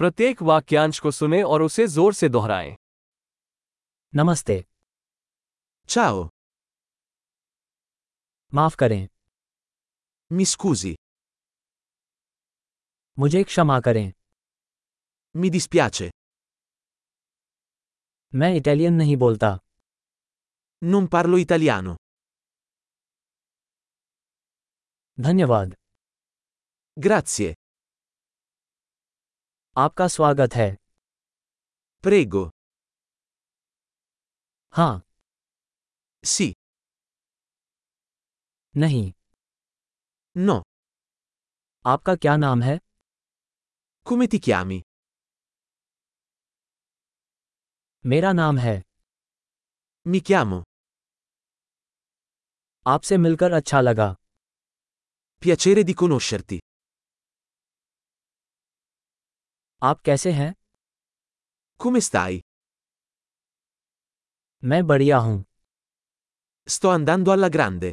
प्रत्येक वाक्यांश को सुने और उसे जोर से दोहराएं नमस्ते Ciao, माफ करें mi scusi, मुझे क्षमा करें mi dispiace, मैं इटालियन नहीं बोलता non parlo italiano. धन्यवाद Grazie, आपका स्वागत है prego. हाँ Sì, नहीं no, आपका क्या नाम है come ti chiami? मेरा नाम है Mi chiamo. आपसे मिलकर अच्छा लगा Piacere di conoscerti. आप कैसे हैं Come stai? मैं बढ़िया हूँ Sto andando alla grande.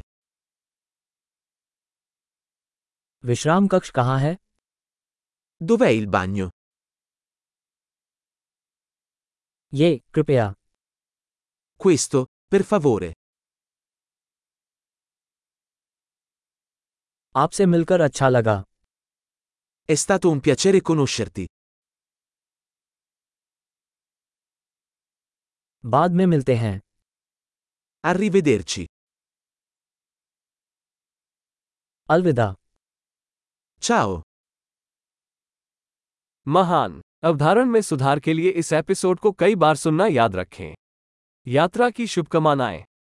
विश्राम कक्ष कहाँ है Dov'è il bagno? ये कृपया Questo, per favore. आपसे मिलकर अच्छा लगा È stato un piacere conoscerti. बाद में मिलते हैं Arrivederci. अलविदा Ciao. महान अवधारण में सुधार के लिए इस एपिसोड को कई बार सुनना याद रखें यात्रा की शुभकामनाएं